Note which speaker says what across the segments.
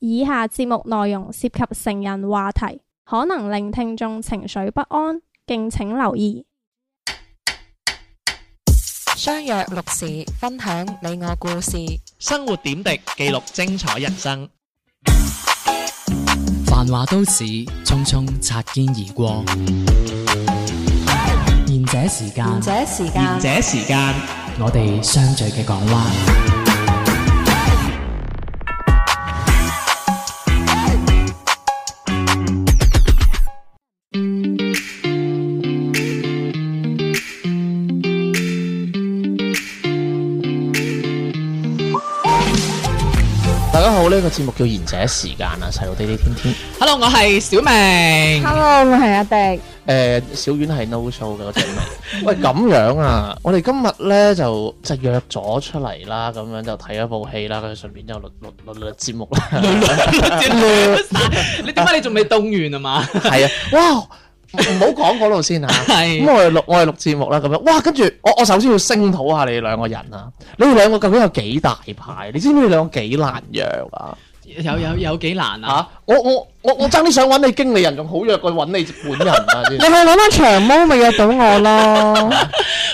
Speaker 1: 以下節目內容涉及成人話題，可能令聽眾情緒不安，敬請留意。
Speaker 2: 相約六時，分享你我故事。
Speaker 3: 生活點滴，記錄精彩人生。
Speaker 4: 繁華都市，匆匆擦肩而過。賢者時間，
Speaker 2: 者時
Speaker 3: 賢者時間，
Speaker 4: 我哋相聚嘅港灣。
Speaker 5: 大家好，呢、個節目叫賢者時間啊，細路地地天天。
Speaker 3: Hello，我係小 明。
Speaker 2: Hello，我係阿迪。
Speaker 5: 诶、小丸係 no show 嘅嗰只嚟。喂，咁樣啊，我哋今日咧就就約咗出嚟啦，咁樣就睇咗部戲啦，跟住順便就錄錄錄錄節目啦。
Speaker 3: 你點解你仲未凍完啊嘛？
Speaker 5: 係啊， 哇！唔好講嗰度先吓。
Speaker 3: 係
Speaker 5: 咁我哋錄我哋錄節目啦，咁樣哇，跟住我我首先要聲討下你兩個人啊，你哋兩個究竟有幾大牌？你知唔知你兩個幾難約啊？
Speaker 3: 有有有幾難
Speaker 5: 吓、
Speaker 3: 啊？
Speaker 5: 我我我我爭啲想揾你經理人，仲好約過揾你本人啊！先
Speaker 2: 你。去攞翻長毛咪約到我咯。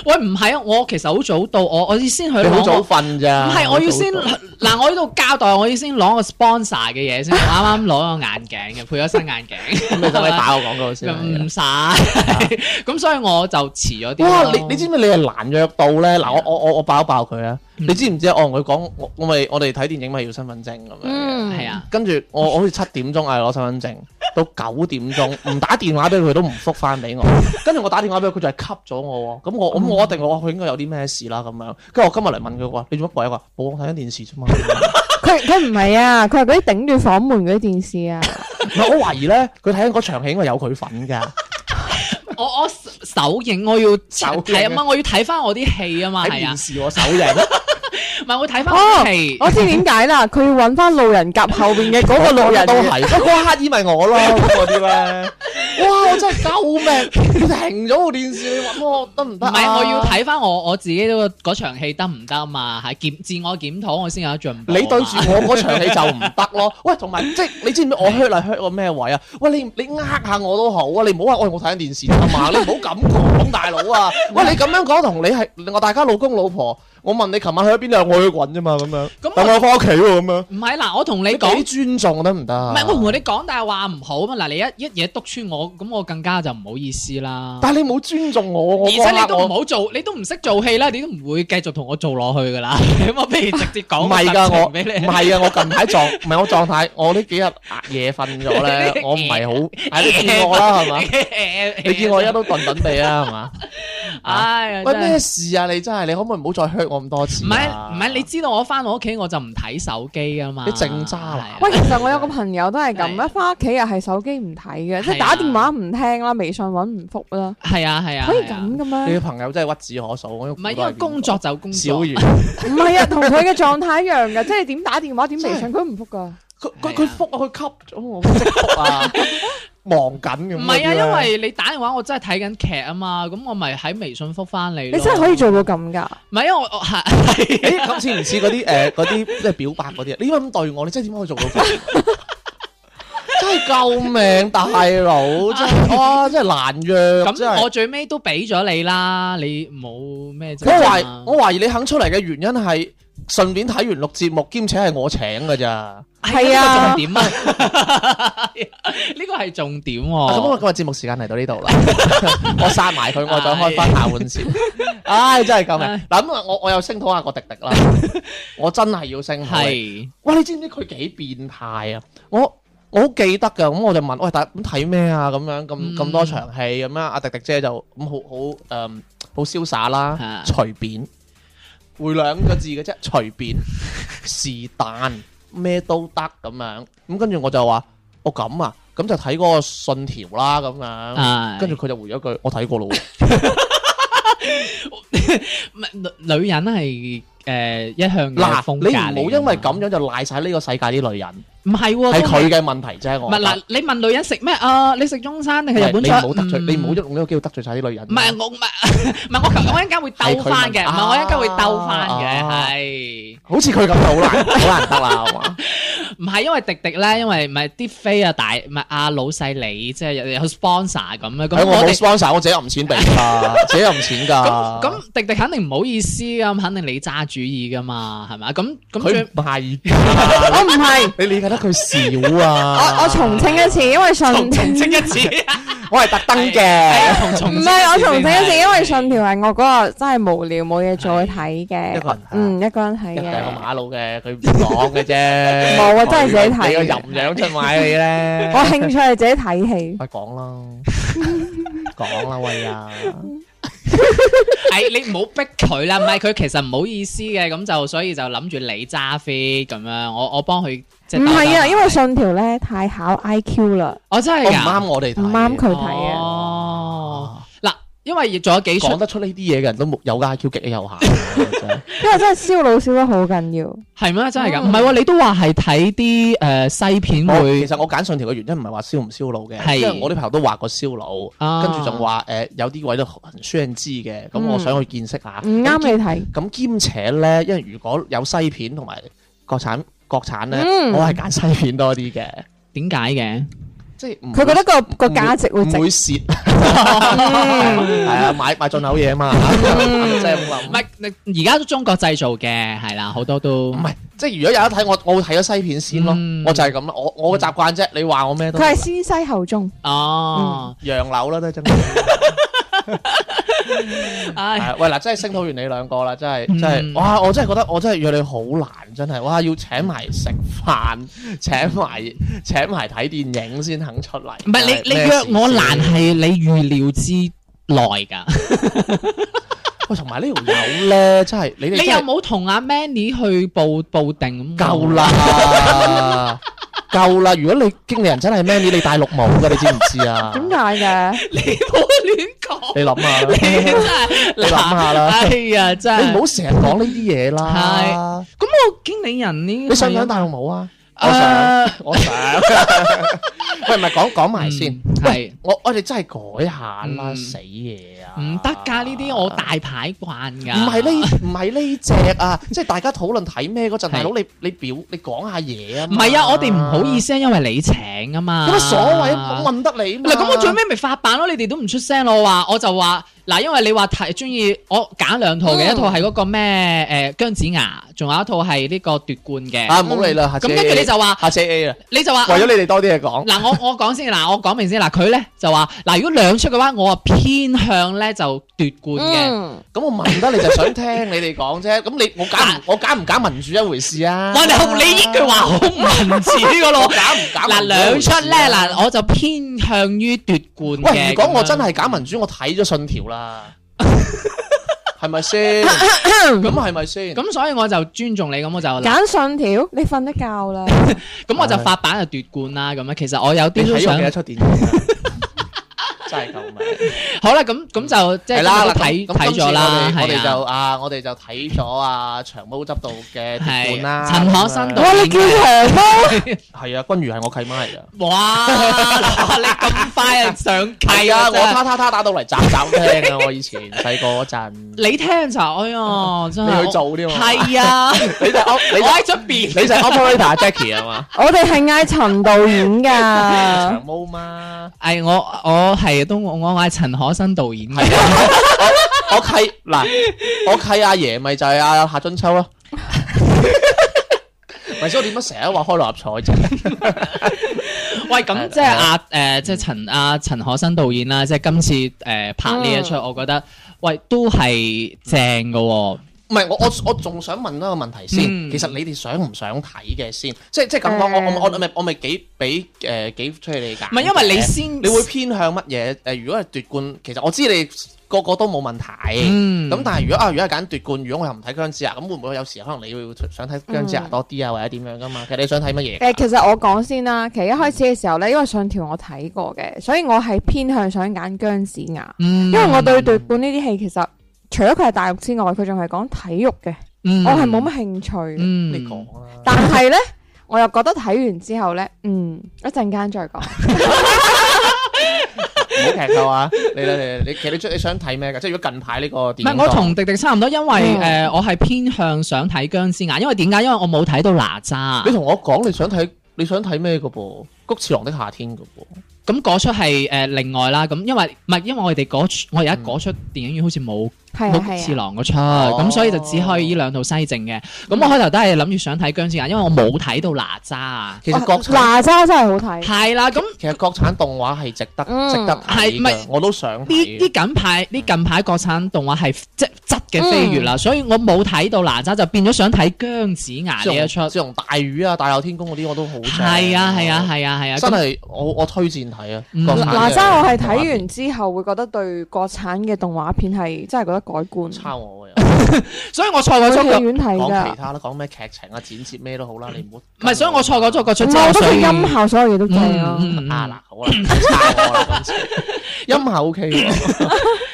Speaker 3: 喂，唔係啊，我其實好早到，我我先去
Speaker 5: 你好早
Speaker 3: 攞。
Speaker 5: 瞓咋？
Speaker 3: 唔係，我要先
Speaker 5: 好早瞓
Speaker 3: 嗱，我呢度交代，我要先攞個 sponsor 嘅嘢先。我 啱啱攞個眼鏡嘅，配咗新眼鏡。
Speaker 5: 咁你可唔可以打個廣告先？啊
Speaker 3: 唔使，咁所以我就遲咗啲咯。
Speaker 5: 哇！你你知唔知你係難約到咧？嗱，我我我我爆一爆佢啊！
Speaker 3: 啊嗯
Speaker 5: 你知唔知我同佢講，我我咪我哋睇電影咪要身份證咁樣嘅。
Speaker 1: 嗯，
Speaker 3: 係，啊？
Speaker 5: 跟住我我好似七點鐘哎嗌攞身份證， 到九點鐘唔打電話俾佢都唔覆翻俾我。跟住我打電話俾佢，佢就係吸咗我喎。咁我
Speaker 3: 嗯
Speaker 5: 咁我一定我話佢應該有啲咩事啦咁樣。跟住我今日嚟問佢話：你做乜鬼啊？話冇我睇緊電視啊啫嘛。
Speaker 2: 佢佢唔係啊，佢係嗰啲頂住房門嗰啲電 視啊。
Speaker 5: 唔係我懷疑咧，佢睇緊嗰場戲應該有佢份㗎。
Speaker 3: 啊我我首映我要
Speaker 5: 首映
Speaker 3: 睇啊嘛，我要睇翻我啲戲啊嘛，
Speaker 5: 睇
Speaker 3: 係啊
Speaker 5: 電，視我手影。
Speaker 3: 唔係我睇翻我啲戲。
Speaker 2: 我知點解啦，佢要揾翻路人甲後邊嘅嗰個路 人
Speaker 5: 都係，嗰刻以咪我 咯，咁嗰啲咧。哇！我真係救命！你停咗部電視，你揾我得唔
Speaker 3: 唔
Speaker 5: 得啊
Speaker 3: 係，我要。睇翻我我自己嗰個嗰場戲得唔得啊嘛？係檢自我檢討，我先有得進步啊
Speaker 5: 你
Speaker 3: 嘛。
Speaker 5: 對住我嗰場戲就唔 得咯。喂，同埋即係你知唔知我 hurt 嚟 hurt 我咩位啊？喂，你你呃下我都好啊，你唔好話喂我睇緊電視啊嘛，你唔好咁講大佬 啊。喂，你咁樣講同你係我大家老公老婆，我問你琴晚去咗邊度，我去滾啫嘛咁樣。
Speaker 3: 咁
Speaker 5: 但
Speaker 3: 我
Speaker 5: 我翻屋企喎咁樣。
Speaker 3: 唔係嗱，我同你
Speaker 5: 你
Speaker 3: 講
Speaker 5: 講，尊重得唔得
Speaker 3: 唔
Speaker 5: 啊？
Speaker 3: 係我同你講大話唔好啊嘛。嗱，你一一嘢督穿我，咁我更加就唔好意思啦。
Speaker 5: 但係你冇尊重我，我
Speaker 3: 而且你
Speaker 5: 我
Speaker 3: 都唔好做，你都唔識做戲啦，你都唔會繼續同我做落去噶啦。咁我不如直接講
Speaker 5: 唔係㗎，
Speaker 3: 個實
Speaker 5: 我
Speaker 3: 情俾你
Speaker 5: 唔係啊！我近 排狀唔係我狀態，我呢幾日啊夜瞓咗咧，我唔係好，係你見我啦係 嘛？你見我而家都頓頓地啊係嘛？啊
Speaker 3: 唉呀，
Speaker 5: 喂
Speaker 3: 真係
Speaker 5: 咩事啊？你真係你可唔可以唔好再 hurt 我咁多次
Speaker 3: 唔係
Speaker 5: 啊？
Speaker 3: 唔係，你知道我翻我屋企我就唔睇手機噶嘛。
Speaker 5: 你正渣男
Speaker 3: 係啊
Speaker 2: 喂，其實我有個朋友都係
Speaker 3: 係
Speaker 2: 咁一翻屋企又係手機唔睇嘅，即
Speaker 3: 係啊
Speaker 2: 係打電話唔聽啦，微信揾唔覆啦，
Speaker 3: 係啊係啊，
Speaker 2: 可以
Speaker 3: 係啊
Speaker 2: 咁嘅
Speaker 5: 你
Speaker 2: 咩
Speaker 5: 嘅？朋友真係屈指可數，我唔
Speaker 3: 唔係因為工作就工
Speaker 5: 小
Speaker 3: 作，
Speaker 5: 魚，
Speaker 2: 唔係啊，同佢嘅狀態一樣嘅，即係點打電話點微信佢唔覆噶。
Speaker 5: 佢
Speaker 3: 係
Speaker 5: 佢
Speaker 3: 啊
Speaker 5: 佢覆啊，佢吸咗我，佢即 覆啊，忙緊咁嗰啲
Speaker 3: 唔
Speaker 5: 呢。
Speaker 3: 係啊，因為你打電話我真係睇緊劇啊嘛，咁我咪喺微信覆翻你咯。
Speaker 2: 你真係可以做到咁㗎？
Speaker 3: 唔係因為我我係 係
Speaker 5: 誒咁似唔似嗰啲誒嗰啲即係表白嗰啲啊？你點解咁對我？你真係點可以做到咁？ 真係救命，大佬！真係哇，真係難約，真
Speaker 3: 咁，
Speaker 5: 係
Speaker 3: 我。最尾都俾咗你啦，你冇咩啫
Speaker 5: 我懷
Speaker 3: 嘛。
Speaker 5: 我懷疑你肯出嚟嘅原因係順便睇完錄節目，兼且係我請㗎咋。啊
Speaker 3: 係
Speaker 2: 係啊
Speaker 3: 呢個重點啊， 呢個係重點
Speaker 5: 啊咁我
Speaker 3: 喎。
Speaker 5: 今日節目時間嚟到呢度啦， 我殺埋佢，我再開翻下玩笑。唉，真係救命！嗱咁啊，我我又聲討下個迪迪 啦，我真係要聲討你。
Speaker 3: 係
Speaker 5: 哇！你知唔知佢幾變態啊？我我好記得㗎，咁我就問喂，大家咁睇咩啊？咁樣咁
Speaker 3: 嗯
Speaker 5: 咁多場戲咁樣，阿迪迪姐就咁好好誒好瀟灑
Speaker 3: 啊
Speaker 5: 啦，隨便，回兩個字嘅啫，隨便是但咩都得咁樣。咁跟住我就話我咁啊，咁就睇嗰個信條啦咁樣。
Speaker 3: 啊係
Speaker 5: 跟住佢就回咗句：我睇 過咯喎。
Speaker 3: 唔係女女人係誒一向有
Speaker 5: 嗱，
Speaker 3: 風格嚟㗎嘛
Speaker 5: 你唔好因為咁樣就賴晒呢個世界啲女人，
Speaker 3: 唔係喎，
Speaker 5: 係
Speaker 3: 都
Speaker 5: 佢嘅問題啫。
Speaker 3: 唔
Speaker 5: 我
Speaker 3: 係
Speaker 5: 覺得
Speaker 3: 嗱，你問女人食咩啊？你食中餐定係日本
Speaker 5: 你
Speaker 3: 菜？
Speaker 5: 唔好得罪，
Speaker 3: 嗯
Speaker 5: 你唔好用呢個機會得罪晒啲女人。
Speaker 3: 唔係我唔 係唔係我求我一陣間會兜翻嘅，
Speaker 5: 係佢
Speaker 3: 唔
Speaker 5: 問
Speaker 3: 係我一陣間會兜翻嘅，
Speaker 5: 啊
Speaker 3: 係
Speaker 5: 好似佢咁就好難，好難得啦，係嘛？
Speaker 3: 唔唔係因為迪迪咧，因為唔係啲飛啊大，唔係阿老細你即係有有 sponsor 咁啊，咁
Speaker 5: 喺我
Speaker 3: 我
Speaker 5: 冇
Speaker 3: 哋
Speaker 5: sponsor，我自己揞錢俾㗎，自己揞錢㗎。
Speaker 3: 咁咁迪迪肯定唔好意思咁，肯定你揸主意噶嘛，係咪啊？咁咁
Speaker 5: 佢
Speaker 3: 最
Speaker 5: 唔係，
Speaker 2: 我唔係，
Speaker 5: 你理解得佢少
Speaker 2: 我
Speaker 5: 啊！
Speaker 2: 我重清一次，因為信
Speaker 3: 重重清一次，
Speaker 5: 我係特登嘅，
Speaker 3: 係重重
Speaker 2: 唔
Speaker 3: 清
Speaker 2: 係我重清一次，因為信
Speaker 3: 先
Speaker 2: 條係我嗰日真係無聊冇嘢做去睇
Speaker 5: 一個
Speaker 2: 嘅
Speaker 5: 人，啊
Speaker 2: 嗯，一個人
Speaker 5: 一
Speaker 2: 睇
Speaker 5: 定係個
Speaker 2: 嘅。
Speaker 5: 馬路嘅，佢唔講嘅啫。
Speaker 2: 冇啊真係自己睇
Speaker 5: 你個淫樣出賣你 咧。
Speaker 2: 我興趣係自己睇戲，
Speaker 5: 喂，講啦， 講啦，喂啊！
Speaker 3: 係你唔好逼佢啦，唔係佢其實唔好意思嘅，咁就所以就諗住你揸飛咁樣，我我幫佢即係
Speaker 2: 唔係
Speaker 3: 兜
Speaker 2: 啊，
Speaker 3: 兜
Speaker 2: 因為信條咧太考 IQ 啦，
Speaker 3: 我真係
Speaker 5: 我唔
Speaker 3: 㗎
Speaker 5: 啱我哋
Speaker 2: 唔
Speaker 5: 睇，
Speaker 2: 啱佢睇啊。
Speaker 3: 哦，嗱，因為仲有幾出
Speaker 5: 講得出呢啲嘢嘅人都冇有嘅 IQ 極有限， 真係
Speaker 2: 因為真係燒腦燒得好緊要，
Speaker 3: 係咩？真係㗎？唔係喎，你都話係睇啲誒西片
Speaker 5: 我
Speaker 3: 會
Speaker 5: 其實我揀信條嘅原因唔係話燒唔燒腦嘅，
Speaker 3: 係
Speaker 5: 因為我啲朋友都畫過燒腦，
Speaker 3: 啊
Speaker 5: 跟住就話誒有啲位都很酸知嘅，咁我
Speaker 2: 嗯
Speaker 5: 想去見識下。
Speaker 2: 唔啱你睇。
Speaker 5: 咁兼且咧，因為如果有西片同埋國產國產咧，
Speaker 2: 嗯
Speaker 5: 我係揀西片多啲嘅，
Speaker 3: 點解嘅？
Speaker 5: 即係唔
Speaker 2: 佢覺得個個
Speaker 5: 唔
Speaker 2: 價值會
Speaker 5: 唔
Speaker 2: 值，
Speaker 5: 會蝕， 係啊，買買進口嘢嘛，
Speaker 2: 嗯
Speaker 5: 即係咁諗
Speaker 3: 唔。係，你而家都中國製造嘅，係啦，好多都
Speaker 5: 唔係，即係如果有得睇，我我會睇咗西片先咯
Speaker 3: 嗯，
Speaker 5: 我就係咁啦，我我嘅習慣啫。你話我咩都
Speaker 2: 佢係先西後中。
Speaker 3: 哦，
Speaker 5: 洋樓啦，都係真係。
Speaker 3: 唉，
Speaker 5: 係啊喂嗱，真係聲討完你兩個啦，真係
Speaker 3: 嗯
Speaker 5: 真係，哇！我真係覺得我真係約你好難，真係哇！要請埋食飯， 請埋請埋睇電影先肯出嚟。
Speaker 3: 唔係你你
Speaker 5: 真係
Speaker 3: 約我
Speaker 5: 咩事
Speaker 3: 難係你預料之內㗎。
Speaker 5: 喂，同埋呢條友咧，真係你哋
Speaker 3: 你
Speaker 5: 真
Speaker 3: 有
Speaker 5: 係
Speaker 3: 冇同阿 Manny 去報報定咁？
Speaker 5: 夠！啦，夠啦！如果你經理人真係 Manny，你戴綠帽㗎，你知唔知啊？
Speaker 2: 點解嘅？
Speaker 3: 你唔好亂講，
Speaker 5: 你諗下
Speaker 3: 你真
Speaker 5: 啦，
Speaker 3: 係
Speaker 5: 你諗下啦
Speaker 3: 哎呀，真係
Speaker 5: 你唔好成日講呢啲嘢啦。
Speaker 3: 咁我經理人呢？嗯
Speaker 5: 你想唔想戴綠帽啊？我想，
Speaker 3: 誒
Speaker 5: 我想。 喂，唔係講講埋先。
Speaker 3: 嗯係
Speaker 5: 我我哋真係改下啦，
Speaker 3: 嗯
Speaker 5: 死嘢啊！
Speaker 3: 唔得㗎？呢啲我大牌慣㗎。
Speaker 5: 唔係呢唔係呢只啊， 即係大家討論睇咩嗰陣，
Speaker 3: 係
Speaker 5: 大佬你你表你講下嘢啊
Speaker 3: 唔
Speaker 5: 嘛！
Speaker 3: 係啊，我哋唔好意思啊，因為你請啊嘛。
Speaker 5: 有乜所謂啊？我問得你嘛
Speaker 3: 嗱，咁我最尾咪發版咯，你哋都唔出聲咯，我話我就話嗱，因為你話睇中意，我揀兩套嘅，
Speaker 2: 嗯
Speaker 3: 一套係嗰個咩誒姜子牙，仲有一套係呢個奪冠嘅。
Speaker 5: 啊，唔好理啦，下
Speaker 3: 咁跟住你就話，
Speaker 5: 下次 A 啦，
Speaker 3: 你就話啊
Speaker 5: 為咗你哋多啲嘢講，
Speaker 3: 嗱，我我講先，嗱，我講明先，嗱，佢咧就話嗱，如果兩出嘅話，我啊偏向咧就奪冠嘅。
Speaker 2: 嗯，
Speaker 5: 咁我問得你就想聽你哋 講啫。咁你我揀唔我揀唔揀民主一回事啊？
Speaker 3: 哇，你你呢句話好啊文字噶
Speaker 5: 我
Speaker 3: 咯。
Speaker 5: 揀唔揀
Speaker 3: 嗱，
Speaker 5: 民主一
Speaker 3: 兩
Speaker 5: 回事
Speaker 3: 出
Speaker 5: 啊
Speaker 3: 咧，嗱，我就偏向於奪冠嘅。
Speaker 5: 喂，如果我
Speaker 3: 咁樣
Speaker 5: 真係搞民主，我睇咗 信條啦，係咪先？咁係咪先？
Speaker 3: 咁，所以我就尊重你，咁我就嗱
Speaker 2: 揀信條，你瞓得覺啦。
Speaker 3: 咁我就發版就奪冠啦，咁樣其實我有
Speaker 5: 你
Speaker 3: 啲都
Speaker 5: 睇咗
Speaker 3: 想
Speaker 5: 幾多出電影 啊？真係救命！
Speaker 3: 好啦，咁咁就即係
Speaker 5: 嗯係啦，
Speaker 3: 都
Speaker 5: 嗱
Speaker 3: 睇
Speaker 5: 咁咁
Speaker 3: 睇咗啦，
Speaker 5: 今次我哋我哋
Speaker 3: 係
Speaker 5: 就
Speaker 3: 啊，
Speaker 5: 啊，我哋就睇咗啊長毛執導嘅奪冠啦，
Speaker 3: 係陳可辛導
Speaker 2: 哇！你叫長毛，
Speaker 5: 係啊，君如係我契媽嚟㗎。
Speaker 3: 哇！ 你咁快啊上契
Speaker 5: 係啊，
Speaker 3: 啊！
Speaker 5: 我
Speaker 3: 真係
Speaker 5: 他他他打到嚟斬斬聽啊！我以前細個嗰陣，
Speaker 3: 你聽就哎呀，真係
Speaker 5: 你去做添嘛？
Speaker 3: 係啊！
Speaker 5: 你 就 op-
Speaker 3: 我
Speaker 5: 你就
Speaker 3: 喺出邊，
Speaker 5: 你就係 operator Jackie 啊 嘛？
Speaker 2: 我哋係嗌陳導演㗎。
Speaker 5: 長毛嘛，
Speaker 3: 係哎我我係都我我係陳可辛導演嘅，
Speaker 5: 我契嗱，我契阿爺咪就係阿夏春秋 咯。咪所以我點解成日都話開六合彩啫？
Speaker 3: 喂咁即係阿誒即係陳阿陳可辛導演啦，即係今次誒拍呢一出，我覺得喂都係正嘅喎，
Speaker 5: 唔係，我我我仲想問一個問題先，
Speaker 3: 嗯
Speaker 5: 其實你哋想唔想睇嘅先？即係即係咁講，我我我我咪我咪幾俾誒幾出去你揀嘅？
Speaker 3: 唔係因為你先
Speaker 5: 你會偏向乜嘢？誒、如果係奪冠，其實我知你個個都冇問題。咁、
Speaker 3: 嗯
Speaker 5: 但係如果啊，如果係揀奪冠，如果我又唔睇姜子牙，咁會唔會有時可能你會想睇姜子牙多啲啊，或者點樣噶嘛？其實你想睇乜嘢？
Speaker 2: 誒，其實我講先啦。其實一開始嘅時候咧，因為信條我睇過嘅，所以我係偏向想揀姜子牙，
Speaker 3: 嗯
Speaker 2: 因為我對奪冠呢啲戲其實除咗佢係大陸之外，佢仲係講體育嘅，
Speaker 3: 嗯
Speaker 2: 我係冇乜興趣。
Speaker 3: 嗯
Speaker 5: 你講啦。
Speaker 2: 但係咧，我又覺得睇完之後咧，嗯，一陣間再講。
Speaker 5: 好劇透啊！你啦，你你其實你出你想睇咩㗎？即係如果近排呢個
Speaker 3: 唔
Speaker 5: 電影
Speaker 3: 係
Speaker 5: 檔，
Speaker 3: 我同迪迪差唔多，因為
Speaker 2: 嗯
Speaker 3: 誒、呃我係偏向想睇僵屍眼，因為點解？因為我冇睇到哪吒
Speaker 5: 你，同我講你想睇你想睇咩㗎噃？谷次郎的夏天㗎噃。
Speaker 3: 咁嗰出係誒另外啦。咁因為唔係因為我哋嗰出，我而家嗰出電影院好似冇
Speaker 2: 係啊
Speaker 3: 冇
Speaker 2: 係
Speaker 3: 次
Speaker 2: 啊，
Speaker 3: 郎嗰出，
Speaker 5: 哦
Speaker 3: 咁所以就只可以呢兩套西正嘅。咁
Speaker 2: 嗯
Speaker 3: 我開頭都係諗住想睇僵屍眼，因為我冇睇到哪吒啊。
Speaker 5: 其實
Speaker 2: 哦
Speaker 5: 國產
Speaker 2: 哪吒真係好睇，
Speaker 3: 係啦，咁
Speaker 5: 其實國產動畫係值得
Speaker 2: 嗯
Speaker 5: 值得
Speaker 3: 係
Speaker 5: 睇
Speaker 3: 咪
Speaker 5: 㗎，我都想
Speaker 3: 呢呢
Speaker 5: 睇。
Speaker 3: 近排呢近排國產動畫係即係質嘅飛躍
Speaker 2: 嗯
Speaker 3: 啦，所以我冇睇到哪吒，就變咗想睇姜子牙呢一出。
Speaker 5: 自從大魚啊、大鬧天宮嗰啲我都好想
Speaker 3: 係啊係啊係啊係啊，
Speaker 5: 真係我我推薦睇啊！
Speaker 3: 嗯
Speaker 5: 國產嘅
Speaker 2: 哪吒我係
Speaker 5: 動畫
Speaker 2: 睇
Speaker 5: 片
Speaker 2: 完之後會覺得對國產嘅動畫片係真係覺得改觀，去
Speaker 5: 抄我嘅。
Speaker 3: 所以我錯過咗
Speaker 2: 戲啊
Speaker 3: 個
Speaker 2: 院睇
Speaker 5: 講其
Speaker 2: 㗎。
Speaker 5: 他啦，講咩劇情啊、剪接咩都好啦，你唔好。
Speaker 3: 嗯唔係，所以我錯過咗個出
Speaker 2: 唔
Speaker 3: 周
Speaker 2: 係，我覺得
Speaker 3: 水
Speaker 2: 佢音效啊所有嘢都正咯。
Speaker 3: 嗯嗯
Speaker 5: 啊嗱，好啦，唔好抄我啦，今 次音效 OK 喎，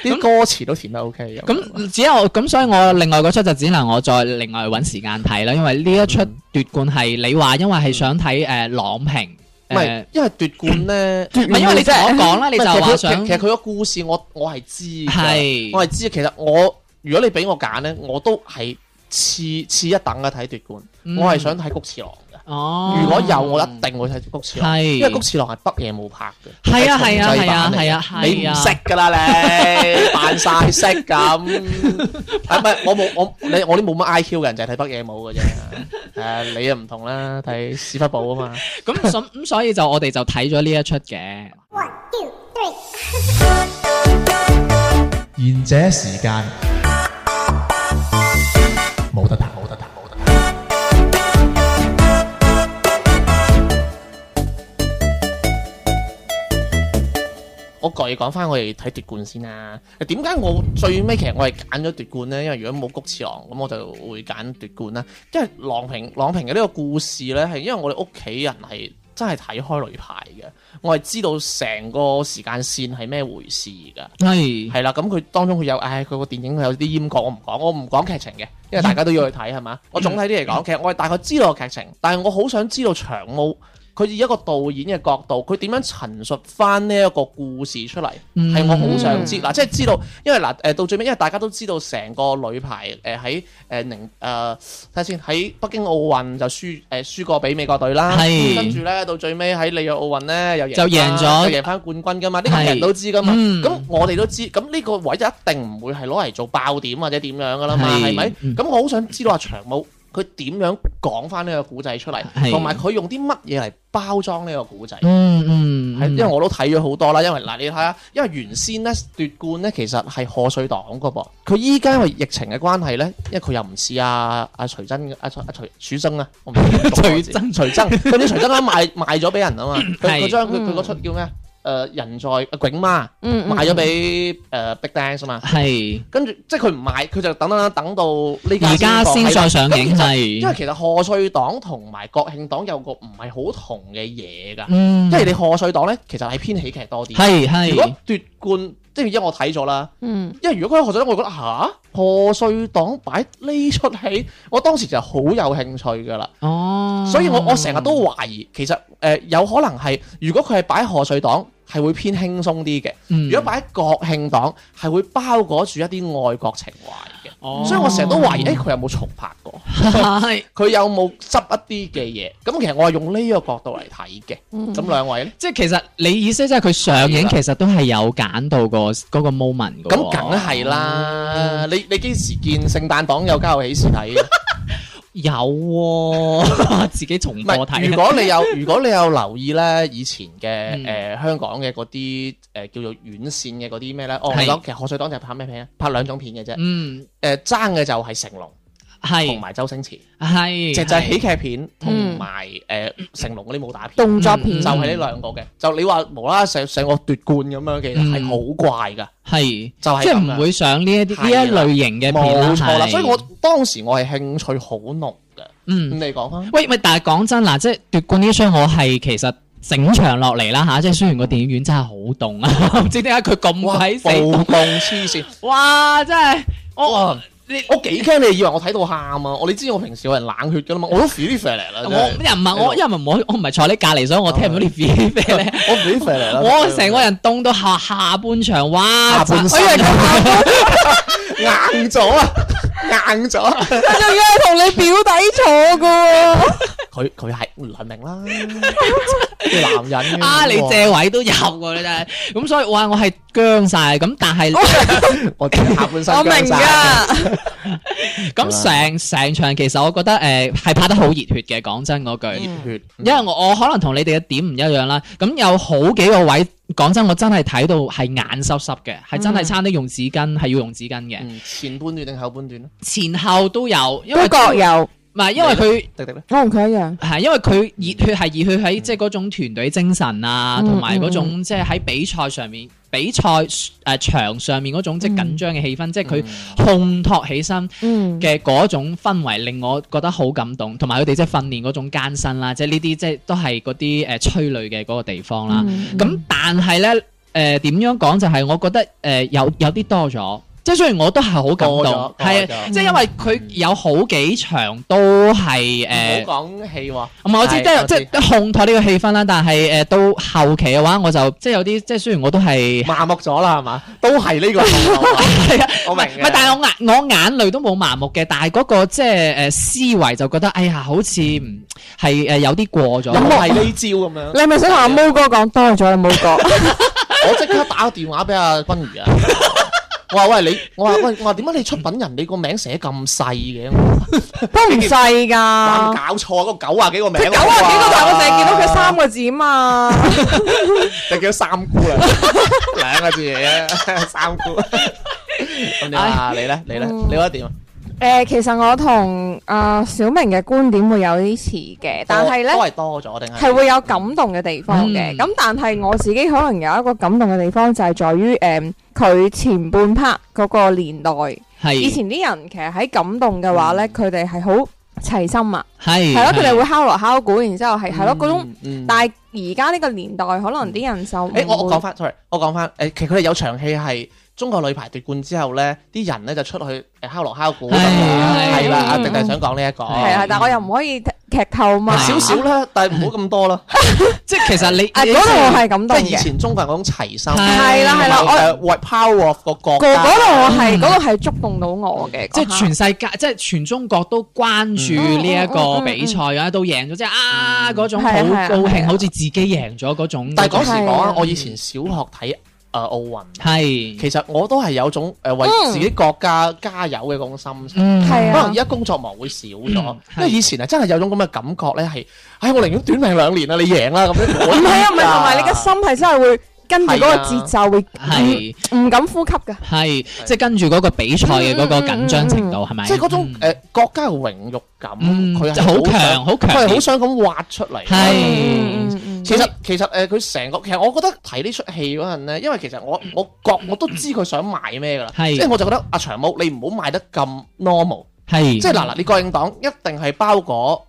Speaker 5: 啲歌詞都填得 OK 嘅。
Speaker 3: 咁只有咁，所以我另外嗰出就只能我再另外揾時間睇啦，因為呢一出
Speaker 5: 嗯
Speaker 3: 奪冠係你話，因為係想睇誒郎平呃
Speaker 5: 唔係
Speaker 3: 誒，，
Speaker 5: 因為奪冠咧，
Speaker 3: 唔係因為你同我講啦，你就
Speaker 5: 唔
Speaker 3: 話
Speaker 5: 係其實佢
Speaker 3: 想
Speaker 5: 其實佢個故事我我係知㗎，
Speaker 3: 係
Speaker 5: 我係知。其實我如果你俾我揀咧，我都係次次一等嘅啊睇奪冠，
Speaker 3: 嗯
Speaker 5: 我係想睇谷次郎嘅。
Speaker 3: 哦，
Speaker 5: 如果有，我一定會睇谷次郎，
Speaker 3: 係
Speaker 5: 因為谷次郎係北野冇拍嘅，
Speaker 3: 係啊係啊
Speaker 5: 重製
Speaker 3: 係啊
Speaker 5: 版嚟嘅
Speaker 3: 係啊係啊，
Speaker 5: 你唔識㗎啦 你，扮晒識咁，啊唔係我冇我你我啲冇乜 IQ 嘅人就係睇北野武嘅啫，誒你又唔同啦，睇屎忽寶啊嘛，
Speaker 3: 咁所咁所以就我哋就睇咗呢一出嘅。
Speaker 6: 賢者時間冇得彈，冇得彈，冇得彈。
Speaker 5: 我繼續講翻我哋睇奪冠先啦，點解我最尾其實我係揀咗奪冠呢？因為如果冇谷次郎咁我就會揀奪冠啦，因為郎平郎平嘅呢個故事呢，係因為我哋屋企人係真係睇開雷牌嘅，我係知道成個時間線係咩回事㗎。
Speaker 3: 係
Speaker 5: 係啦，咁佢當中佢有，唉，佢個電影佢有啲閹割，我唔講，我唔講劇情嘅，因為大家都要去睇係嘛。我總體啲嚟講，其實我係大概知道個劇情，但係我好想知道長毛佢以一個導演嘅角度，佢點樣陳述翻呢一個故事出嚟，係、
Speaker 3: 嗯
Speaker 5: 我好想知嗱，即係知道，因為嗱誒到最尾，因為大家都知道成個女排誒喺誒寧誒睇下先喺北京奧運就輸誒、輸過俾美國隊啦，
Speaker 3: 係
Speaker 5: 跟住咧到最尾喺里約奧運咧又贏
Speaker 3: 就贏咗
Speaker 5: 又贏翻冠軍噶嘛，呢、個
Speaker 3: 係
Speaker 5: 人都知噶嘛，
Speaker 3: 嗯
Speaker 5: 咁、我哋都知，咁呢個位就一定唔會係攞嚟做爆點或者點樣噶啦嘛，
Speaker 3: 係
Speaker 5: 係咪？
Speaker 3: 嗯
Speaker 5: 咁我好想知道阿長毛佢點樣講翻呢個古仔出嚟
Speaker 3: 係，
Speaker 5: 同埋佢用啲乜嘢嚟包裝呢個古仔。
Speaker 3: 嗯嗯，
Speaker 5: 係，因為我都睇咗好多啦。因為嗱，你睇下，因為原先咧奪冠咧，其實係賀歲檔噶噃。佢依家因為疫情嘅關係咧，因為佢又唔似阿阿徐真阿徐阿徐徐崢啊，我唔
Speaker 3: 徐
Speaker 5: 徐
Speaker 3: 崢
Speaker 5: 徐崢，佢啲徐崢 啱賣賣咗俾人啊嘛。佢
Speaker 3: 係
Speaker 5: 佢將佢佢
Speaker 2: 嗯
Speaker 5: 嗰出叫咩？誒人在啊囧媽
Speaker 2: 嗯，嗯
Speaker 5: 賣咗俾誒 Big Dance 啊嘛。
Speaker 3: 係
Speaker 5: 跟住即係佢唔買，佢就等等等到呢家
Speaker 3: 而家
Speaker 5: 放
Speaker 3: 先
Speaker 5: 係啦
Speaker 3: 再上映
Speaker 5: 咁因為
Speaker 3: 係，
Speaker 5: 其實賀歲檔同埋國慶檔有個唔係好同嘅嘢㗎，
Speaker 3: 嗯
Speaker 5: 因為你賀歲檔咧其實係偏喜劇多啲。
Speaker 3: 係係
Speaker 5: 如果奪冠，即係因為我睇咗啦，
Speaker 2: 嗯，
Speaker 5: 因為如果佢喺賀歲檔，我覺得吓，賀歲檔擺呢出戲，我當時就好有興趣㗎啦。
Speaker 3: 哦，
Speaker 5: 所以我我成日都懷疑，其實誒、呃有可能係如果佢係擺賀歲檔，係會偏輕鬆啲嘅；
Speaker 3: 嗯
Speaker 5: 如果擺國慶檔，係會包裹住一啲愛國情懷嘅。
Speaker 3: 哦
Speaker 5: 所以我成日都懷疑，誒、佢有冇重拍過？
Speaker 3: 係
Speaker 5: 佢有冇執一啲嘅嘢？咁其實我係用呢個角度嚟睇嘅。
Speaker 2: 嗯
Speaker 3: 嗯
Speaker 5: 咁兩位咧，
Speaker 3: 即係其實你意思即係佢上映其實都係有揀到個嗰個 moment 嘅喎，
Speaker 5: 咁梗係啦。你你幾時見聖誕檔有家有喜事睇 嘅？
Speaker 3: 有 喎，自己重
Speaker 5: 唔
Speaker 3: 播
Speaker 5: 係，
Speaker 3: 睇。
Speaker 5: 如果你 有如果你有留意咧，以前嘅
Speaker 3: 嗯
Speaker 5: 誒、呃香港嘅嗰啲誒叫做院線嘅嗰啲咩咧？哦，我
Speaker 3: 係
Speaker 5: 講其實賀歲檔就係拍咩片啊？拍兩種片嘅啫。
Speaker 3: 嗯
Speaker 5: 誒爭嘅就係成龍同
Speaker 3: 係
Speaker 5: 埋周星馳，
Speaker 3: 係
Speaker 5: 就就係喜劇片同
Speaker 2: 嗯
Speaker 5: 埋誒成龍嗰啲武打片。
Speaker 2: 動作片
Speaker 5: 就係呢兩個嘅，就你話無啦啦上上個奪冠咁樣，其實係
Speaker 3: 嗯
Speaker 5: 好怪噶，
Speaker 3: 係
Speaker 5: 就係
Speaker 3: 即係
Speaker 5: 咁樣啊
Speaker 3: 唔會上呢一啲呢一類型嘅片啦，
Speaker 5: 冇錯啦。
Speaker 3: 係
Speaker 5: 所以我當時我係興趣好濃嘅。咁
Speaker 3: 嗯。
Speaker 5: 你講翻，
Speaker 3: 喂喂，但係講真嗱，即係奪冠呢出我係其實整場落嚟啦吓，即係雖然個電影院真係好 凍啊，唔知點解佢咁
Speaker 5: 哇
Speaker 3: 鬼死
Speaker 5: 暴
Speaker 3: 凍，
Speaker 5: 動黐線，
Speaker 3: 哇真係我
Speaker 5: 哇！
Speaker 3: 你
Speaker 5: 我幾驚你以為我睇到喊啊！我你知我平時有人冷血噶啦嘛，我都 feel 嚟啦，
Speaker 3: 我
Speaker 5: 真係
Speaker 3: 又唔係我，因為我我唔係坐你隔離，所以我聽唔到你 feel 咧。
Speaker 5: 我 feel 嚟啦。
Speaker 3: 我成個人凍到下下半場，哇！哎
Speaker 5: 下半
Speaker 3: 我
Speaker 5: 身
Speaker 3: 以為佢喊到
Speaker 5: 硬咗啊，硬咗啊。
Speaker 2: 我仲要係同你表弟坐噶 喎，
Speaker 5: 佢佢係梁明啦，啲男人
Speaker 3: 啊！你借位都入喎，你真係咁，所以哇！我係僵晒咁，但係
Speaker 5: 我下半身
Speaker 2: 我明噶。
Speaker 3: 咁成成場其實我覺得誒係拍得好熱血嘅，講真嗰句。
Speaker 2: 嗯
Speaker 5: 血，
Speaker 3: 因為我我可能同你哋嘅點唔一樣啦，咁有好幾個位，講真我真係睇到係眼濕濕嘅，係
Speaker 2: 嗯
Speaker 3: 真係差啲用紙巾，係要用紙巾嘅，
Speaker 5: 嗯前半段定後半段咧？
Speaker 3: 前後都有，因
Speaker 2: 都
Speaker 3: 為
Speaker 2: 各有，
Speaker 3: 唔係因為佢
Speaker 5: 迪迪咧，
Speaker 2: 我同佢一樣。
Speaker 3: 係因為佢熱血係熱血喺即係嗰種團隊精神啊，
Speaker 2: 嗯
Speaker 3: 同埋嗰種即係喺比賽上面、比賽誒、呃、場上面嗰種即係緊張嘅氣氛，即係佢烘托起身。
Speaker 2: 嗯，
Speaker 3: 嘅嗰種氛圍令我覺得好感動，同埋佢哋即係訓練嗰種艱辛啦，即係呢啲即係都係嗰啲誒催淚嘅嗰個地方啦。
Speaker 5: 嗯
Speaker 3: 咁、但係咧誒點樣講就係，我覺得誒、呃有有啲多咗，即係雖然我都係好感
Speaker 5: 多咗
Speaker 3: 動，係啊
Speaker 5: 多咗
Speaker 3: 即係因為佢有好幾場都係誒。呃
Speaker 5: 唔好講戲喎。
Speaker 3: 唔係我知，
Speaker 5: 嗯係
Speaker 3: 即係
Speaker 5: 我
Speaker 3: 即
Speaker 5: 知
Speaker 3: 係烘托呢個氣氛啦。但係誒呃到後期嘅話，我就即係有啲即係雖然我都係
Speaker 5: 麻木咗啦，係嘛？都係呢個套路啊，
Speaker 3: 係啊，
Speaker 5: 我明
Speaker 3: 唔
Speaker 5: 嘅。
Speaker 3: 係，但係我眼我眼淚都冇麻木嘅，但係嗰個即係誒思維就覺得，哎呀，好似唔係誒有啲過
Speaker 5: 有
Speaker 3: 咗。
Speaker 5: 冇係呢招咁樣？
Speaker 2: 你咪想同阿毛哥講多咗啦，毛 哥。
Speaker 5: 我即刻打個電話俾阿君如啊！ 我話喂你，我話喂，我話點解你出品人你個名寫咁細嘅？
Speaker 2: 都唔細
Speaker 5: 搞
Speaker 2: 㗎。
Speaker 5: 搞錯嗰個九啊幾個名喎，
Speaker 2: 九啊幾個頭，我淨係見到佢三個字啊 嘛。
Speaker 5: 你叫三 姑啦，兩個字嚟嘅三姑。咁你啊，你咧，你咧，
Speaker 2: 嗯
Speaker 5: 你覺得點啊？
Speaker 2: 誒，其實我同啊小明嘅觀點會有啲似嘅，但係
Speaker 5: 都
Speaker 2: 咧
Speaker 5: 係多咗定係
Speaker 2: 係會有感動嘅地方嘅。
Speaker 3: 嗯
Speaker 2: 咁但係我自己可能有一個感動嘅地方就係在於誒佢前半 part 嗰個年代，以
Speaker 3: 係
Speaker 2: 前啲人其實喺感動嘅話咧，佢哋係好齊心啊，
Speaker 3: 係
Speaker 2: 係咯，佢哋會敲鑼敲鼓，然之後係係咯嗰種。
Speaker 5: 嗯
Speaker 2: 但係而家呢個年代，可能啲人就誒
Speaker 5: 誒，我我講翻，sorry，我講翻，誒，其實佢哋有場戲係中國女排奪冠之後咧，啲人咧就出去誒敲鑼敲鼓咁
Speaker 3: 係
Speaker 5: 樣，
Speaker 3: 係
Speaker 5: 係啦，阿
Speaker 2: 嗯
Speaker 5: 迪迪想講呢一個，嗯
Speaker 2: 係啊，但我又唔可以劇透嘛，
Speaker 5: 少少啦，但係唔好咁多啦，
Speaker 3: 即係其實你
Speaker 2: 啊嗰
Speaker 3: 你
Speaker 2: 度我係感
Speaker 5: 即
Speaker 2: 動
Speaker 5: 係以
Speaker 2: 嘅，
Speaker 5: 前中國人嗰種齊心，嗯
Speaker 3: 係
Speaker 2: 係啦係啦，我
Speaker 5: 誒呃為 power of 個國
Speaker 2: 個嗰
Speaker 5: 家，
Speaker 2: 度我係嗰度係觸動到我嘅，
Speaker 3: 即
Speaker 2: 嗰
Speaker 3: 係
Speaker 2: 下
Speaker 3: 全世界，即係全中國都關注呢一個比賽啊，都贏咗，即係啊嗰種好
Speaker 2: 係啊係啊
Speaker 3: 高
Speaker 2: 係
Speaker 3: 興，
Speaker 2: 啊
Speaker 3: 好似自己贏咗嗰種。
Speaker 5: 但係講時
Speaker 2: 時
Speaker 5: 講啊
Speaker 2: 係，
Speaker 5: 我以前小學睇誒呃奧運。
Speaker 3: 係，
Speaker 5: 其實我都係有種誒為
Speaker 2: 嗯
Speaker 5: 自己國家加油嘅嗰種心情，
Speaker 3: 嗯
Speaker 2: 係
Speaker 5: 可
Speaker 2: 啊
Speaker 5: 能而家工作忙會少咗
Speaker 3: 嗯，
Speaker 5: 因為以前啊真係有種咁嘅感覺咧，係，唉，我寧願短命兩年啊，你贏啦咁樣，
Speaker 2: 唔
Speaker 5: 唔
Speaker 2: 係啊，唔係同埋你嘅心係真係會跟住嗰個節奏會
Speaker 3: 係
Speaker 2: 唔唔敢呼吸㗎，
Speaker 3: 係，即係跟住嗰個比賽嘅嗰個緊張程度係咪？
Speaker 5: 即係嗰種誒國家嘅榮辱感，
Speaker 3: 嗯
Speaker 5: 佢
Speaker 3: 即
Speaker 5: 係
Speaker 3: 係好
Speaker 5: 想
Speaker 3: 強，，好強
Speaker 5: 佢
Speaker 3: 烈，
Speaker 5: 係好想咁挖出嚟。
Speaker 3: 係
Speaker 2: 嗯嗯嗯
Speaker 5: 其實其實誒，佢成個其實我覺得睇呢出戲嗰陣咧，因為其實我我覺我都知佢想賣咩㗎啦，
Speaker 3: 係
Speaker 5: 即係我就覺得阿長毛你唔好賣得咁 normal，
Speaker 3: 係，
Speaker 5: 即係嗱嗱，你國慶黨一定係包裹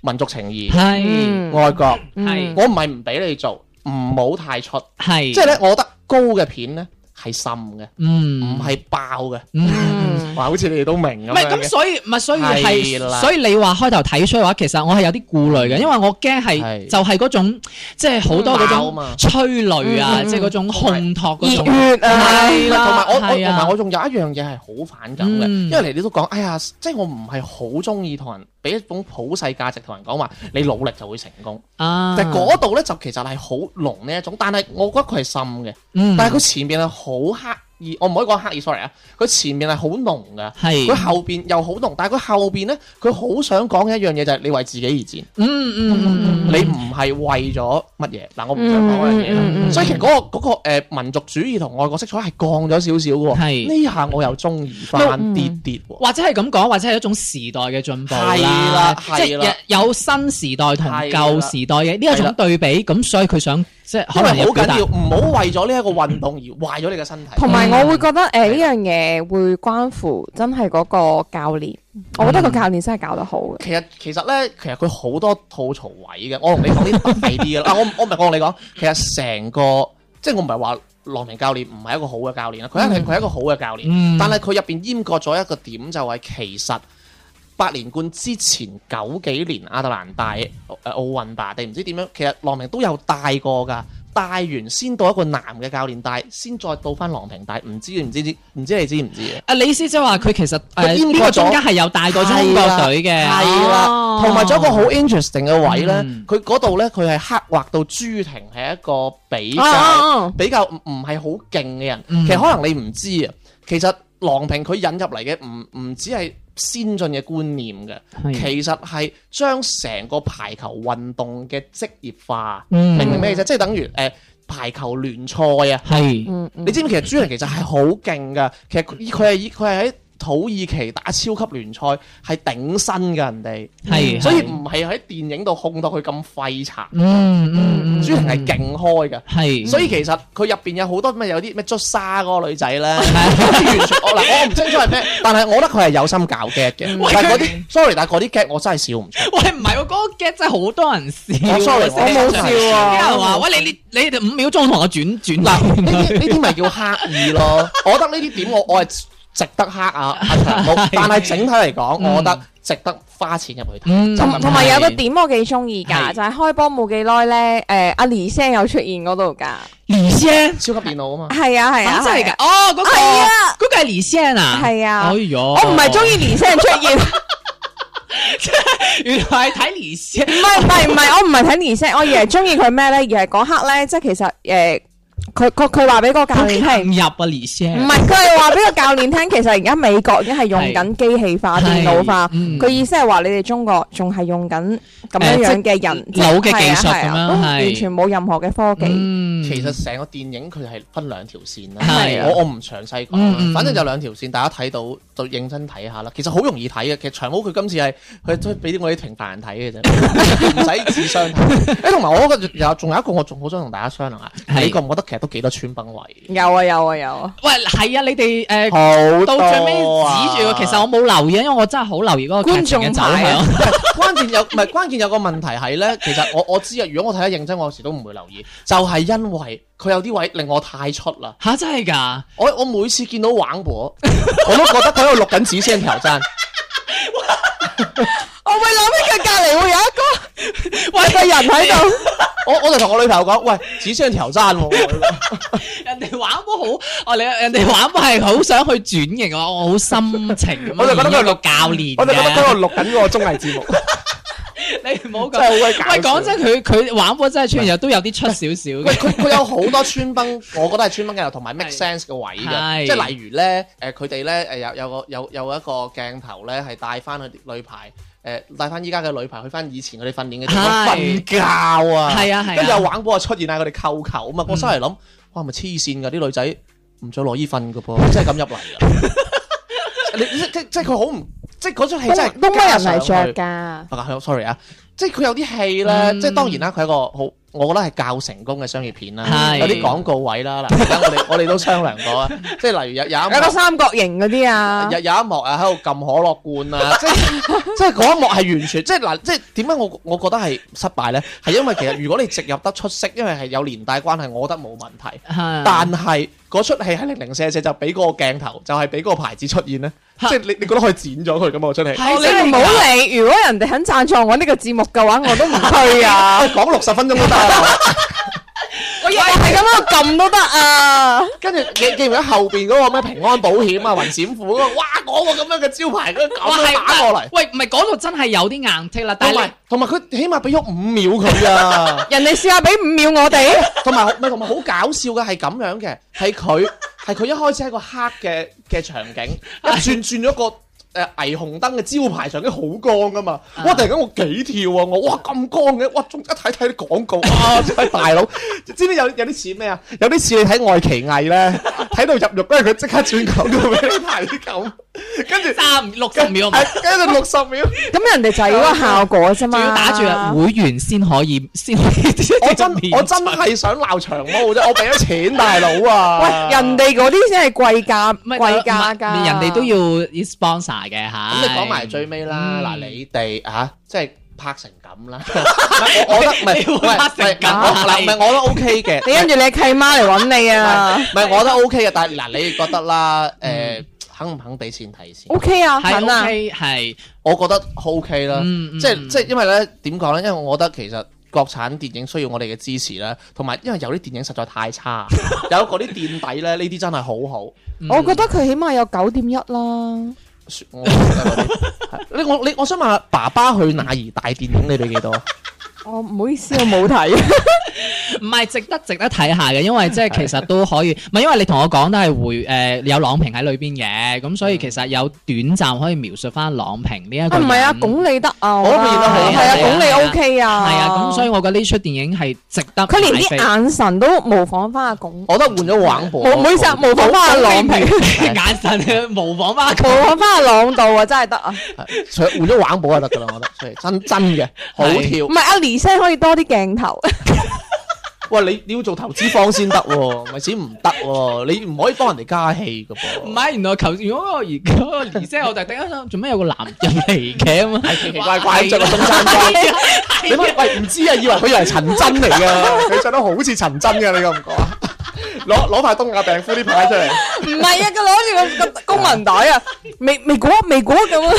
Speaker 5: 民族情義、
Speaker 3: 係
Speaker 2: 嗯
Speaker 5: 愛國。
Speaker 2: 嗯
Speaker 3: 係
Speaker 5: 我唔係唔俾你做，唔好太出。
Speaker 3: 係，
Speaker 5: 即係咧，我覺得高嘅片咧係深嘅，
Speaker 3: 嗯，
Speaker 5: 唔係爆嘅。
Speaker 3: 嗯。
Speaker 2: 嗯
Speaker 5: 哇，好似你哋都明咁
Speaker 3: 唔
Speaker 5: 樣
Speaker 3: 係
Speaker 5: 嘅。
Speaker 3: 咁，所以唔係所以
Speaker 5: 係
Speaker 3: 係，
Speaker 5: 啦嗯
Speaker 3: 所以你話開頭睇出嘅話，其實我係有啲顧慮嘅，因為我驚係
Speaker 5: 係
Speaker 3: 就係嗰種即係好多嗰
Speaker 5: 爆啊
Speaker 3: 種
Speaker 5: 嘛
Speaker 3: 催淚啊，
Speaker 2: 嗯
Speaker 3: 即係嗰種烘托嗰種
Speaker 2: 熱血啊
Speaker 3: 係
Speaker 5: 同
Speaker 3: 啦，
Speaker 5: 埋我我同
Speaker 3: 係啊
Speaker 5: 埋我仲有一樣嘢係好反感嘅，
Speaker 3: 嗯
Speaker 5: 因為你哋都講，哎呀，即係我唔係好中意同人俾一種普世價值同人講話，你努力就會成功。
Speaker 3: 啊，
Speaker 5: 但係嗰度咧就其實係好濃呢一種，但係我覺得佢係深嘅，
Speaker 3: 嗯
Speaker 5: 但係佢前面係好刻意，我唔可以講刻意，sorry 啊，佢前面係好濃㗎，佢
Speaker 3: 係
Speaker 5: 後邊又好濃，但係佢後邊咧，佢好想講嘅一樣嘢就係你為自己而戰。
Speaker 3: 嗯嗯嗯嗯，
Speaker 5: 你唔係為咗乜嘢？嗱，我唔想講嗰樣嘢
Speaker 2: 嗯嗯嗯
Speaker 5: 啦。
Speaker 2: 嗯
Speaker 5: 所以其實嗰個嗰個誒民族主義同外國色彩係降咗少少嘅
Speaker 3: 係
Speaker 5: 喎。呢下我又中意翻啲啲喎。
Speaker 3: 或者係咁講，或者係一種時代嘅進步
Speaker 5: 係啦
Speaker 3: 即係
Speaker 5: 係啦
Speaker 3: 有有新時代同
Speaker 5: 係啦
Speaker 3: 舊時代嘅呢一
Speaker 5: 係
Speaker 3: 種
Speaker 5: 啦
Speaker 3: 對比，咁所以佢想即係可
Speaker 5: 因
Speaker 3: 能
Speaker 5: 為好
Speaker 3: 有表
Speaker 5: 緊
Speaker 3: 達
Speaker 5: 要，唔好為咗呢一個運動而壞咗你嘅身體。
Speaker 2: 同埋
Speaker 3: 嗯
Speaker 2: 我會覺得誒呢樣嘢會關乎真係嗰個教練，
Speaker 3: 嗯
Speaker 2: 我覺得個教練真係教得好嘅。
Speaker 5: 其實其實咧，其實佢好多吐槽位嘅。我同你講啲大啲嘅啦。啊，我唔我唔係我同你講，其實成個即係我唔係話郎平教練唔係一個好嘅教練啊啦，佢一係佢係一個好嘅教練，
Speaker 3: 嗯
Speaker 5: 但係佢入邊閹割咗一個點，就係其實八連冠之前九幾年亞特蘭大誒奧運吧定唔知點樣，其實郎平都有帶過㗎，帶完先到一個男嘅教練帶，先再到翻郎平帶，唔知你唔知知唔知你知唔知啊？
Speaker 3: 啊，你意思即係話佢其實
Speaker 5: 佢
Speaker 3: 誒
Speaker 5: 閹
Speaker 3: 呢
Speaker 5: 割
Speaker 3: 個
Speaker 5: 咗
Speaker 3: 中間係啊有帶過中國隊嘅，
Speaker 5: 係啦，同埋仲有一個好 interesting 嘅位咧
Speaker 3: 哦嗯，
Speaker 5: 佢嗰度咧佢係刻畫到朱婷係一個比較。
Speaker 2: 哦，
Speaker 5: 比較唔唔係好勁嘅人，
Speaker 3: 啊嗯
Speaker 5: 其實可能你唔知啊。其實郎平佢引入嚟嘅唔唔只係先進嘅觀念嘅，
Speaker 3: 係
Speaker 5: 其實係將成個排球運動嘅職業化。
Speaker 3: 嗯
Speaker 5: 明唔明咩意思？即係等於誒、呃排球聯賽啊！
Speaker 3: 係
Speaker 2: 嗯嗯
Speaker 5: 你知唔知其實朱玲其實係好勁噶，其實佢佢係以佢係喺土耳其打超級聯賽係頂薪㗎人哋，
Speaker 3: 係，
Speaker 5: 所以
Speaker 3: 係
Speaker 5: 唔係喺電影度控到佢咁廢柴。
Speaker 3: 嗯嗯嗯，
Speaker 5: 朱玲係勁開㗎。
Speaker 3: 係，
Speaker 5: 所以其實佢入邊有好多咩有啲咩捽沙嗰個女仔咧，完全我嗱我唔清楚係咩，但係我覺得佢係有心搞 get 嘅。但係嗰啲 sorry，但係嗰啲 get 我真係笑唔 出。
Speaker 3: 喂唔係喎，嗰個 get 真係好多人 笑啊
Speaker 5: 我 sorry，我冇笑
Speaker 3: 有人
Speaker 5: 啊。
Speaker 3: 話喂你你你哋五秒鐘同我轉轉
Speaker 5: 嗱，
Speaker 3: 嗱，嗯
Speaker 5: 呢啲呢啲咪叫刻意 咯？我覺得呢啲點我我係值得黑啊阿長毛，但係整體嚟講，我覺得值得花錢入去睇。
Speaker 3: 嗯
Speaker 2: 同同埋有個點我幾中意
Speaker 3: 係
Speaker 2: 㗎，就係開波冇幾耐咧，誒阿黎聲有出現嗰度㗎，
Speaker 3: 李先，
Speaker 5: 超級電腦啊嘛，
Speaker 2: 係啊係啊，
Speaker 3: 哦啊真係
Speaker 2: 係
Speaker 3: 㗎
Speaker 2: 啊，
Speaker 3: 哦嗰個
Speaker 2: 係啊
Speaker 3: 嗰個係李先啊，
Speaker 2: 係啊
Speaker 3: 哎呦，
Speaker 2: 我唔係中意黎聲出現，唔
Speaker 3: 原來係睇李先，
Speaker 2: 係唔係唔係，我唔係睇黎聲，我而係中意佢咩咧？而係嗰刻咧，即係其實誒，佢佢佢話俾個教
Speaker 3: 好
Speaker 2: 練聽。
Speaker 3: 唔入啊李先，
Speaker 2: 唔係，佢係話俾個教練聽，其實而家美國已經係用緊機器化、
Speaker 3: 係
Speaker 2: 電腦化。
Speaker 3: 嗯
Speaker 2: 佢意思係話你哋中國仲係用緊咁樣樣嘅人
Speaker 3: 誒即係老嘅技術
Speaker 2: 係啊係啊
Speaker 3: 咁樣
Speaker 2: 都
Speaker 3: 係
Speaker 2: 完全冇任何嘅科技。
Speaker 3: 嗯
Speaker 5: 其實成個電影佢係分兩條線啦，
Speaker 3: 係啊
Speaker 5: 我我唔詳細講
Speaker 3: 嗯
Speaker 5: 啦
Speaker 3: 嗯，
Speaker 5: 反正就兩條線，大家睇到就認真睇下啦。其實好容易睇嘅，其實長毛佢今次係佢都係俾啲我啲平凡人睇 嘅啫，唔使智商睇。誒，同埋我覺得有仲有一個我仲好想同大家商量下，
Speaker 3: 係
Speaker 5: 你覺唔覺得其實都幾多穿崩位？
Speaker 2: 有啊有啊有啊！
Speaker 3: 喂係啊你哋誒。
Speaker 5: 好啊
Speaker 3: 到最尾指住我，其實我冇留意，因為我真係好留意嗰個劇情嘅走
Speaker 2: 觀眾牌
Speaker 3: 向
Speaker 2: 啊。
Speaker 5: 關鍵有唔係關鍵有個問題係咧，其實我我知啊，如果我睇得認真，我有時都唔會留意，就係因為佢有啲位令我太出啦。
Speaker 3: 吓真係 㗎？
Speaker 5: 我我每次見到玩婆， 我都覺得佢喺度錄緊紙先挑戰。
Speaker 2: 我會諗起佢隔離會 有一個喂個人喺度。
Speaker 5: 我我就同我女朋友講：喂，紙先挑 戰喎。
Speaker 3: 人哋玩波好，哦你人哋玩波係好想去轉型啊！我好心情咁
Speaker 5: 我就覺得佢
Speaker 3: 個教練嘅，
Speaker 5: 我就覺得佢喺度錄緊個綜藝節目，
Speaker 3: 你唔好
Speaker 5: 真
Speaker 3: 講。
Speaker 5: 係好鬼搞笑。
Speaker 3: 喂，講真，佢佢玩波真係出現有都有啲出少少嘅。
Speaker 5: 喂，佢佢有好多穿崩，我覺得係穿崩鏡頭同埋 make
Speaker 3: 係
Speaker 5: sense 嘅位
Speaker 3: 係
Speaker 5: 嘅，即係例如咧，誒佢哋咧誒有有個有有一個鏡頭咧係帶翻佢啲女排，誒帶翻依家嘅女排去翻以前佢哋訓練嘅地方
Speaker 3: 係
Speaker 5: 瞓覺啊，
Speaker 3: 係啊係啊
Speaker 5: 跟住有玩波出現啊，佢哋扣球啊
Speaker 2: 嗯
Speaker 5: 嘛，我心嚟諗，哇咪黐線㗎啲女仔唔着內衣瞓㗎 噃，真係咁入嚟㗎，你即即即係佢好唔即係嗰出戲真係
Speaker 2: 東東北人
Speaker 5: 加
Speaker 2: 嚟
Speaker 5: 上去
Speaker 2: 着㗎。
Speaker 5: 啊，sorry 啊，即係佢有啲戲咧，
Speaker 3: 嗯
Speaker 5: 即係當然啦，佢係一個好，我覺得係較成功嘅商業片啦，
Speaker 3: 係
Speaker 5: 有啲廣告位啦，嗱，而家我哋我哋都商量過啊，即係例如有有 一
Speaker 2: 有個
Speaker 5: 幕。
Speaker 2: 三角形嗰啲啊
Speaker 5: 有，有一幕啊，喺度撳可樂罐啊，即 係即係嗰一幕係完全即係嗱，即係點解我我覺得係失敗咧？係因為其實如果你植入得出色，因為係有連帶關係，我覺得冇問題。但
Speaker 3: 但
Speaker 5: 係嗰出戲係零零舍舍就俾嗰個鏡頭，就係俾嗰個牌子出現咧，即
Speaker 3: 嚇
Speaker 5: 係你你覺得可以剪咗佢咁啊？出戲
Speaker 3: 係真係
Speaker 2: 你唔好理。如果人哋肯贊助我呢個節目嘅話， 我都唔去啊！
Speaker 5: 啊，講六十分鐘都得啊！
Speaker 2: 我日日係咁喺度撳都得 啊！，
Speaker 5: 跟住記記唔記得後邊嗰個咩平安保險啊、雲閃庫嗰個，哇！嗰個咁樣嘅招牌，佢
Speaker 3: 哇
Speaker 5: 咁樣
Speaker 3: 係
Speaker 5: 打過嚟，哦
Speaker 3: 喂唔係嗰度真係有啲硬剔啦，但
Speaker 5: 同
Speaker 3: 係
Speaker 5: 埋同埋佢起碼俾咗五秒佢啊
Speaker 2: 人哋試下俾五秒我哋。
Speaker 5: 同埋唔係同埋好搞笑嘅係咁樣嘅，係佢係佢一開始喺個黑嘅嘅場景，一轉轉咗個。誒霓虹燈嘅招牌場景好光噶嘛，哇！突然間我幾跳啊，我哇咁光嘅，哇！仲一睇睇啲廣告，哇！真係大佬，知唔知有有啲似咩啊？有啲似你睇愛奇藝咧，睇到入肉，跟住佢即刻轉廣告俾你睇咁，跟住
Speaker 3: 你三六十秒咪
Speaker 5: 係跟住六十秒。
Speaker 2: 咁人哋就係要個效果啫 嘛，
Speaker 3: 仲要打住啊！會員先可以 先可以。
Speaker 5: 我 真我真係想鬧長毛啫，我俾咗錢大佬啊！
Speaker 2: 喂，人哋嗰啲先係貴價，
Speaker 3: 唔係
Speaker 2: 貴價㗎。
Speaker 3: 人哋都要 sponsor 嘅嚇。
Speaker 5: 咁你講埋最尾啦，
Speaker 3: 嗯
Speaker 5: 嗱你哋啊，即係拍成 咁啦。我我覺得唔係，
Speaker 3: 你
Speaker 5: 唔
Speaker 3: 會拍成
Speaker 5: 係
Speaker 3: 咁哎
Speaker 5: 嗱我嗱唔係我都 OK 嘅。
Speaker 2: 你跟住你契媽嚟揾你啊
Speaker 5: 唔係我都 OK 嘅，但係嗱，你覺得啦，誒肯唔肯俾錢睇先？
Speaker 2: ？OK 啊，
Speaker 3: 係
Speaker 2: 肯啊，
Speaker 3: OK，係，
Speaker 5: 我覺得 OK 啦，
Speaker 3: 嗯嗯
Speaker 5: 即
Speaker 3: 嗯
Speaker 5: 係即係因為咧點講咧？因為我覺得其實國產電影需要我哋嘅支持啦，同埋因為有啲電影實在 太差，有嗰啲墊底咧，呢啲真係好好。
Speaker 3: 嗯
Speaker 2: 我覺得佢起碼有九點一啦。
Speaker 5: 我你我你我想問下，爸爸去哪兒大電影你哋幾多？
Speaker 2: 我唔好意思，我冇睇。
Speaker 3: 唔係值得值得睇下嘅，因為即係其實都可以， 唔係因為你同我講都係回誒、呃有郎平喺裏邊嘅，咁所以其實有短暫可以描述翻郎平呢一
Speaker 2: 嗯啊，
Speaker 3: 個人。
Speaker 2: 唔係啊，鞏俐得啊，
Speaker 5: 我都見得好
Speaker 2: 係啊，
Speaker 3: 係啊
Speaker 2: 鞏
Speaker 3: 係啊
Speaker 2: 俐 OK 啊，
Speaker 3: 係啊，咁所以我覺得呢出電影係值得買飛。
Speaker 2: 佢連啲眼神都模仿翻阿鞏，
Speaker 5: 我覺得換咗玩部，
Speaker 2: 冇唔好意思啊，模仿翻阿郎平，
Speaker 3: 眼神啊模仿翻佢。
Speaker 2: 模仿翻阿朗度啊，真係得啊，
Speaker 5: 除換咗玩部就得㗎啦，我覺得，真真嘅好跳
Speaker 2: 唔。係阿黎聲可以多啲鏡頭，
Speaker 5: 喂，你你要做投資方先得喎， 咪先唔得喎，你唔可以幫人哋加戲㗎噃。
Speaker 3: 唔係，原來求如果我而家個而姐，我就突然間諗做咩有個男人嚟嘅咁啊？
Speaker 5: 奇奇怪怪咁着個中山裝， 你乜喂唔知啊？以為佢以為陳真嚟噶，佢着得好似陳真嘅，你覺唔覺啊？ 攞攞塊東亞病夫啲牌出嚟，
Speaker 2: 唔係啊，佢攞住個個公民袋啊，未未果未果咁啊，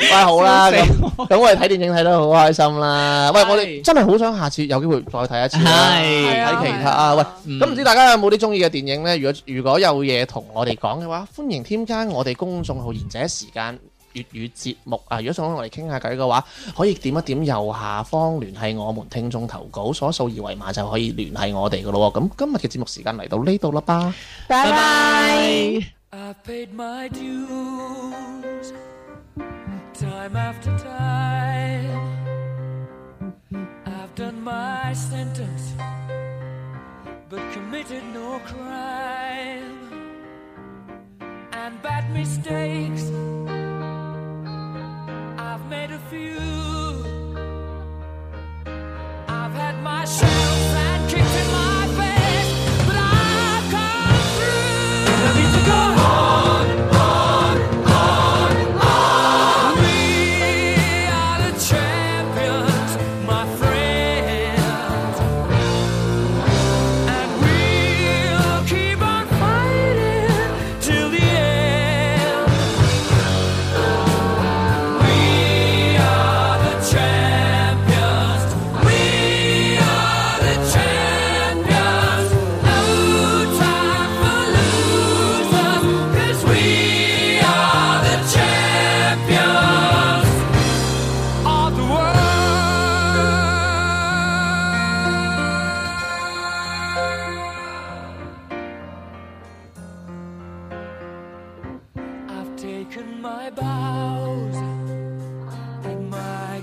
Speaker 5: 喂好啦，咁咁我哋睇電影睇得好開心啦。喂，
Speaker 3: 係
Speaker 5: 我哋真係好想下次有機會再睇一次啦，
Speaker 3: 係
Speaker 5: 睇其他啊。喂，
Speaker 3: 嗯
Speaker 5: 咁唔知大家有冇啲中意嘅電影呢？如果如果有嘢同我哋講嘅話，歡迎添加我哋公眾號賢者時間。粵語節目啊！如果想同我哋傾下偈嘅話，可以點一點右下方聯繫我們聽眾投稿，所掃二維碼就可以聯繫我哋噶咯喎。咁今日嘅節目時間嚟到呢度啦吧。
Speaker 2: 拜拜。
Speaker 7: I've paid my dues time after time. I've done my sentence, but committed no crime. And bad mistakes, I've made a few. I've had my shells and kicks in my face, but I've come through. I need to go on, on, on, on. We are the champions, my friends, and we'll keep on fighting till the end. We are the champions. We are the champions. No time for losers, 'cause we are the champions of the world. I've taken my bows and my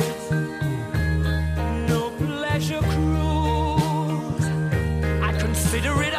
Speaker 7: no pleasure cruise. I consider it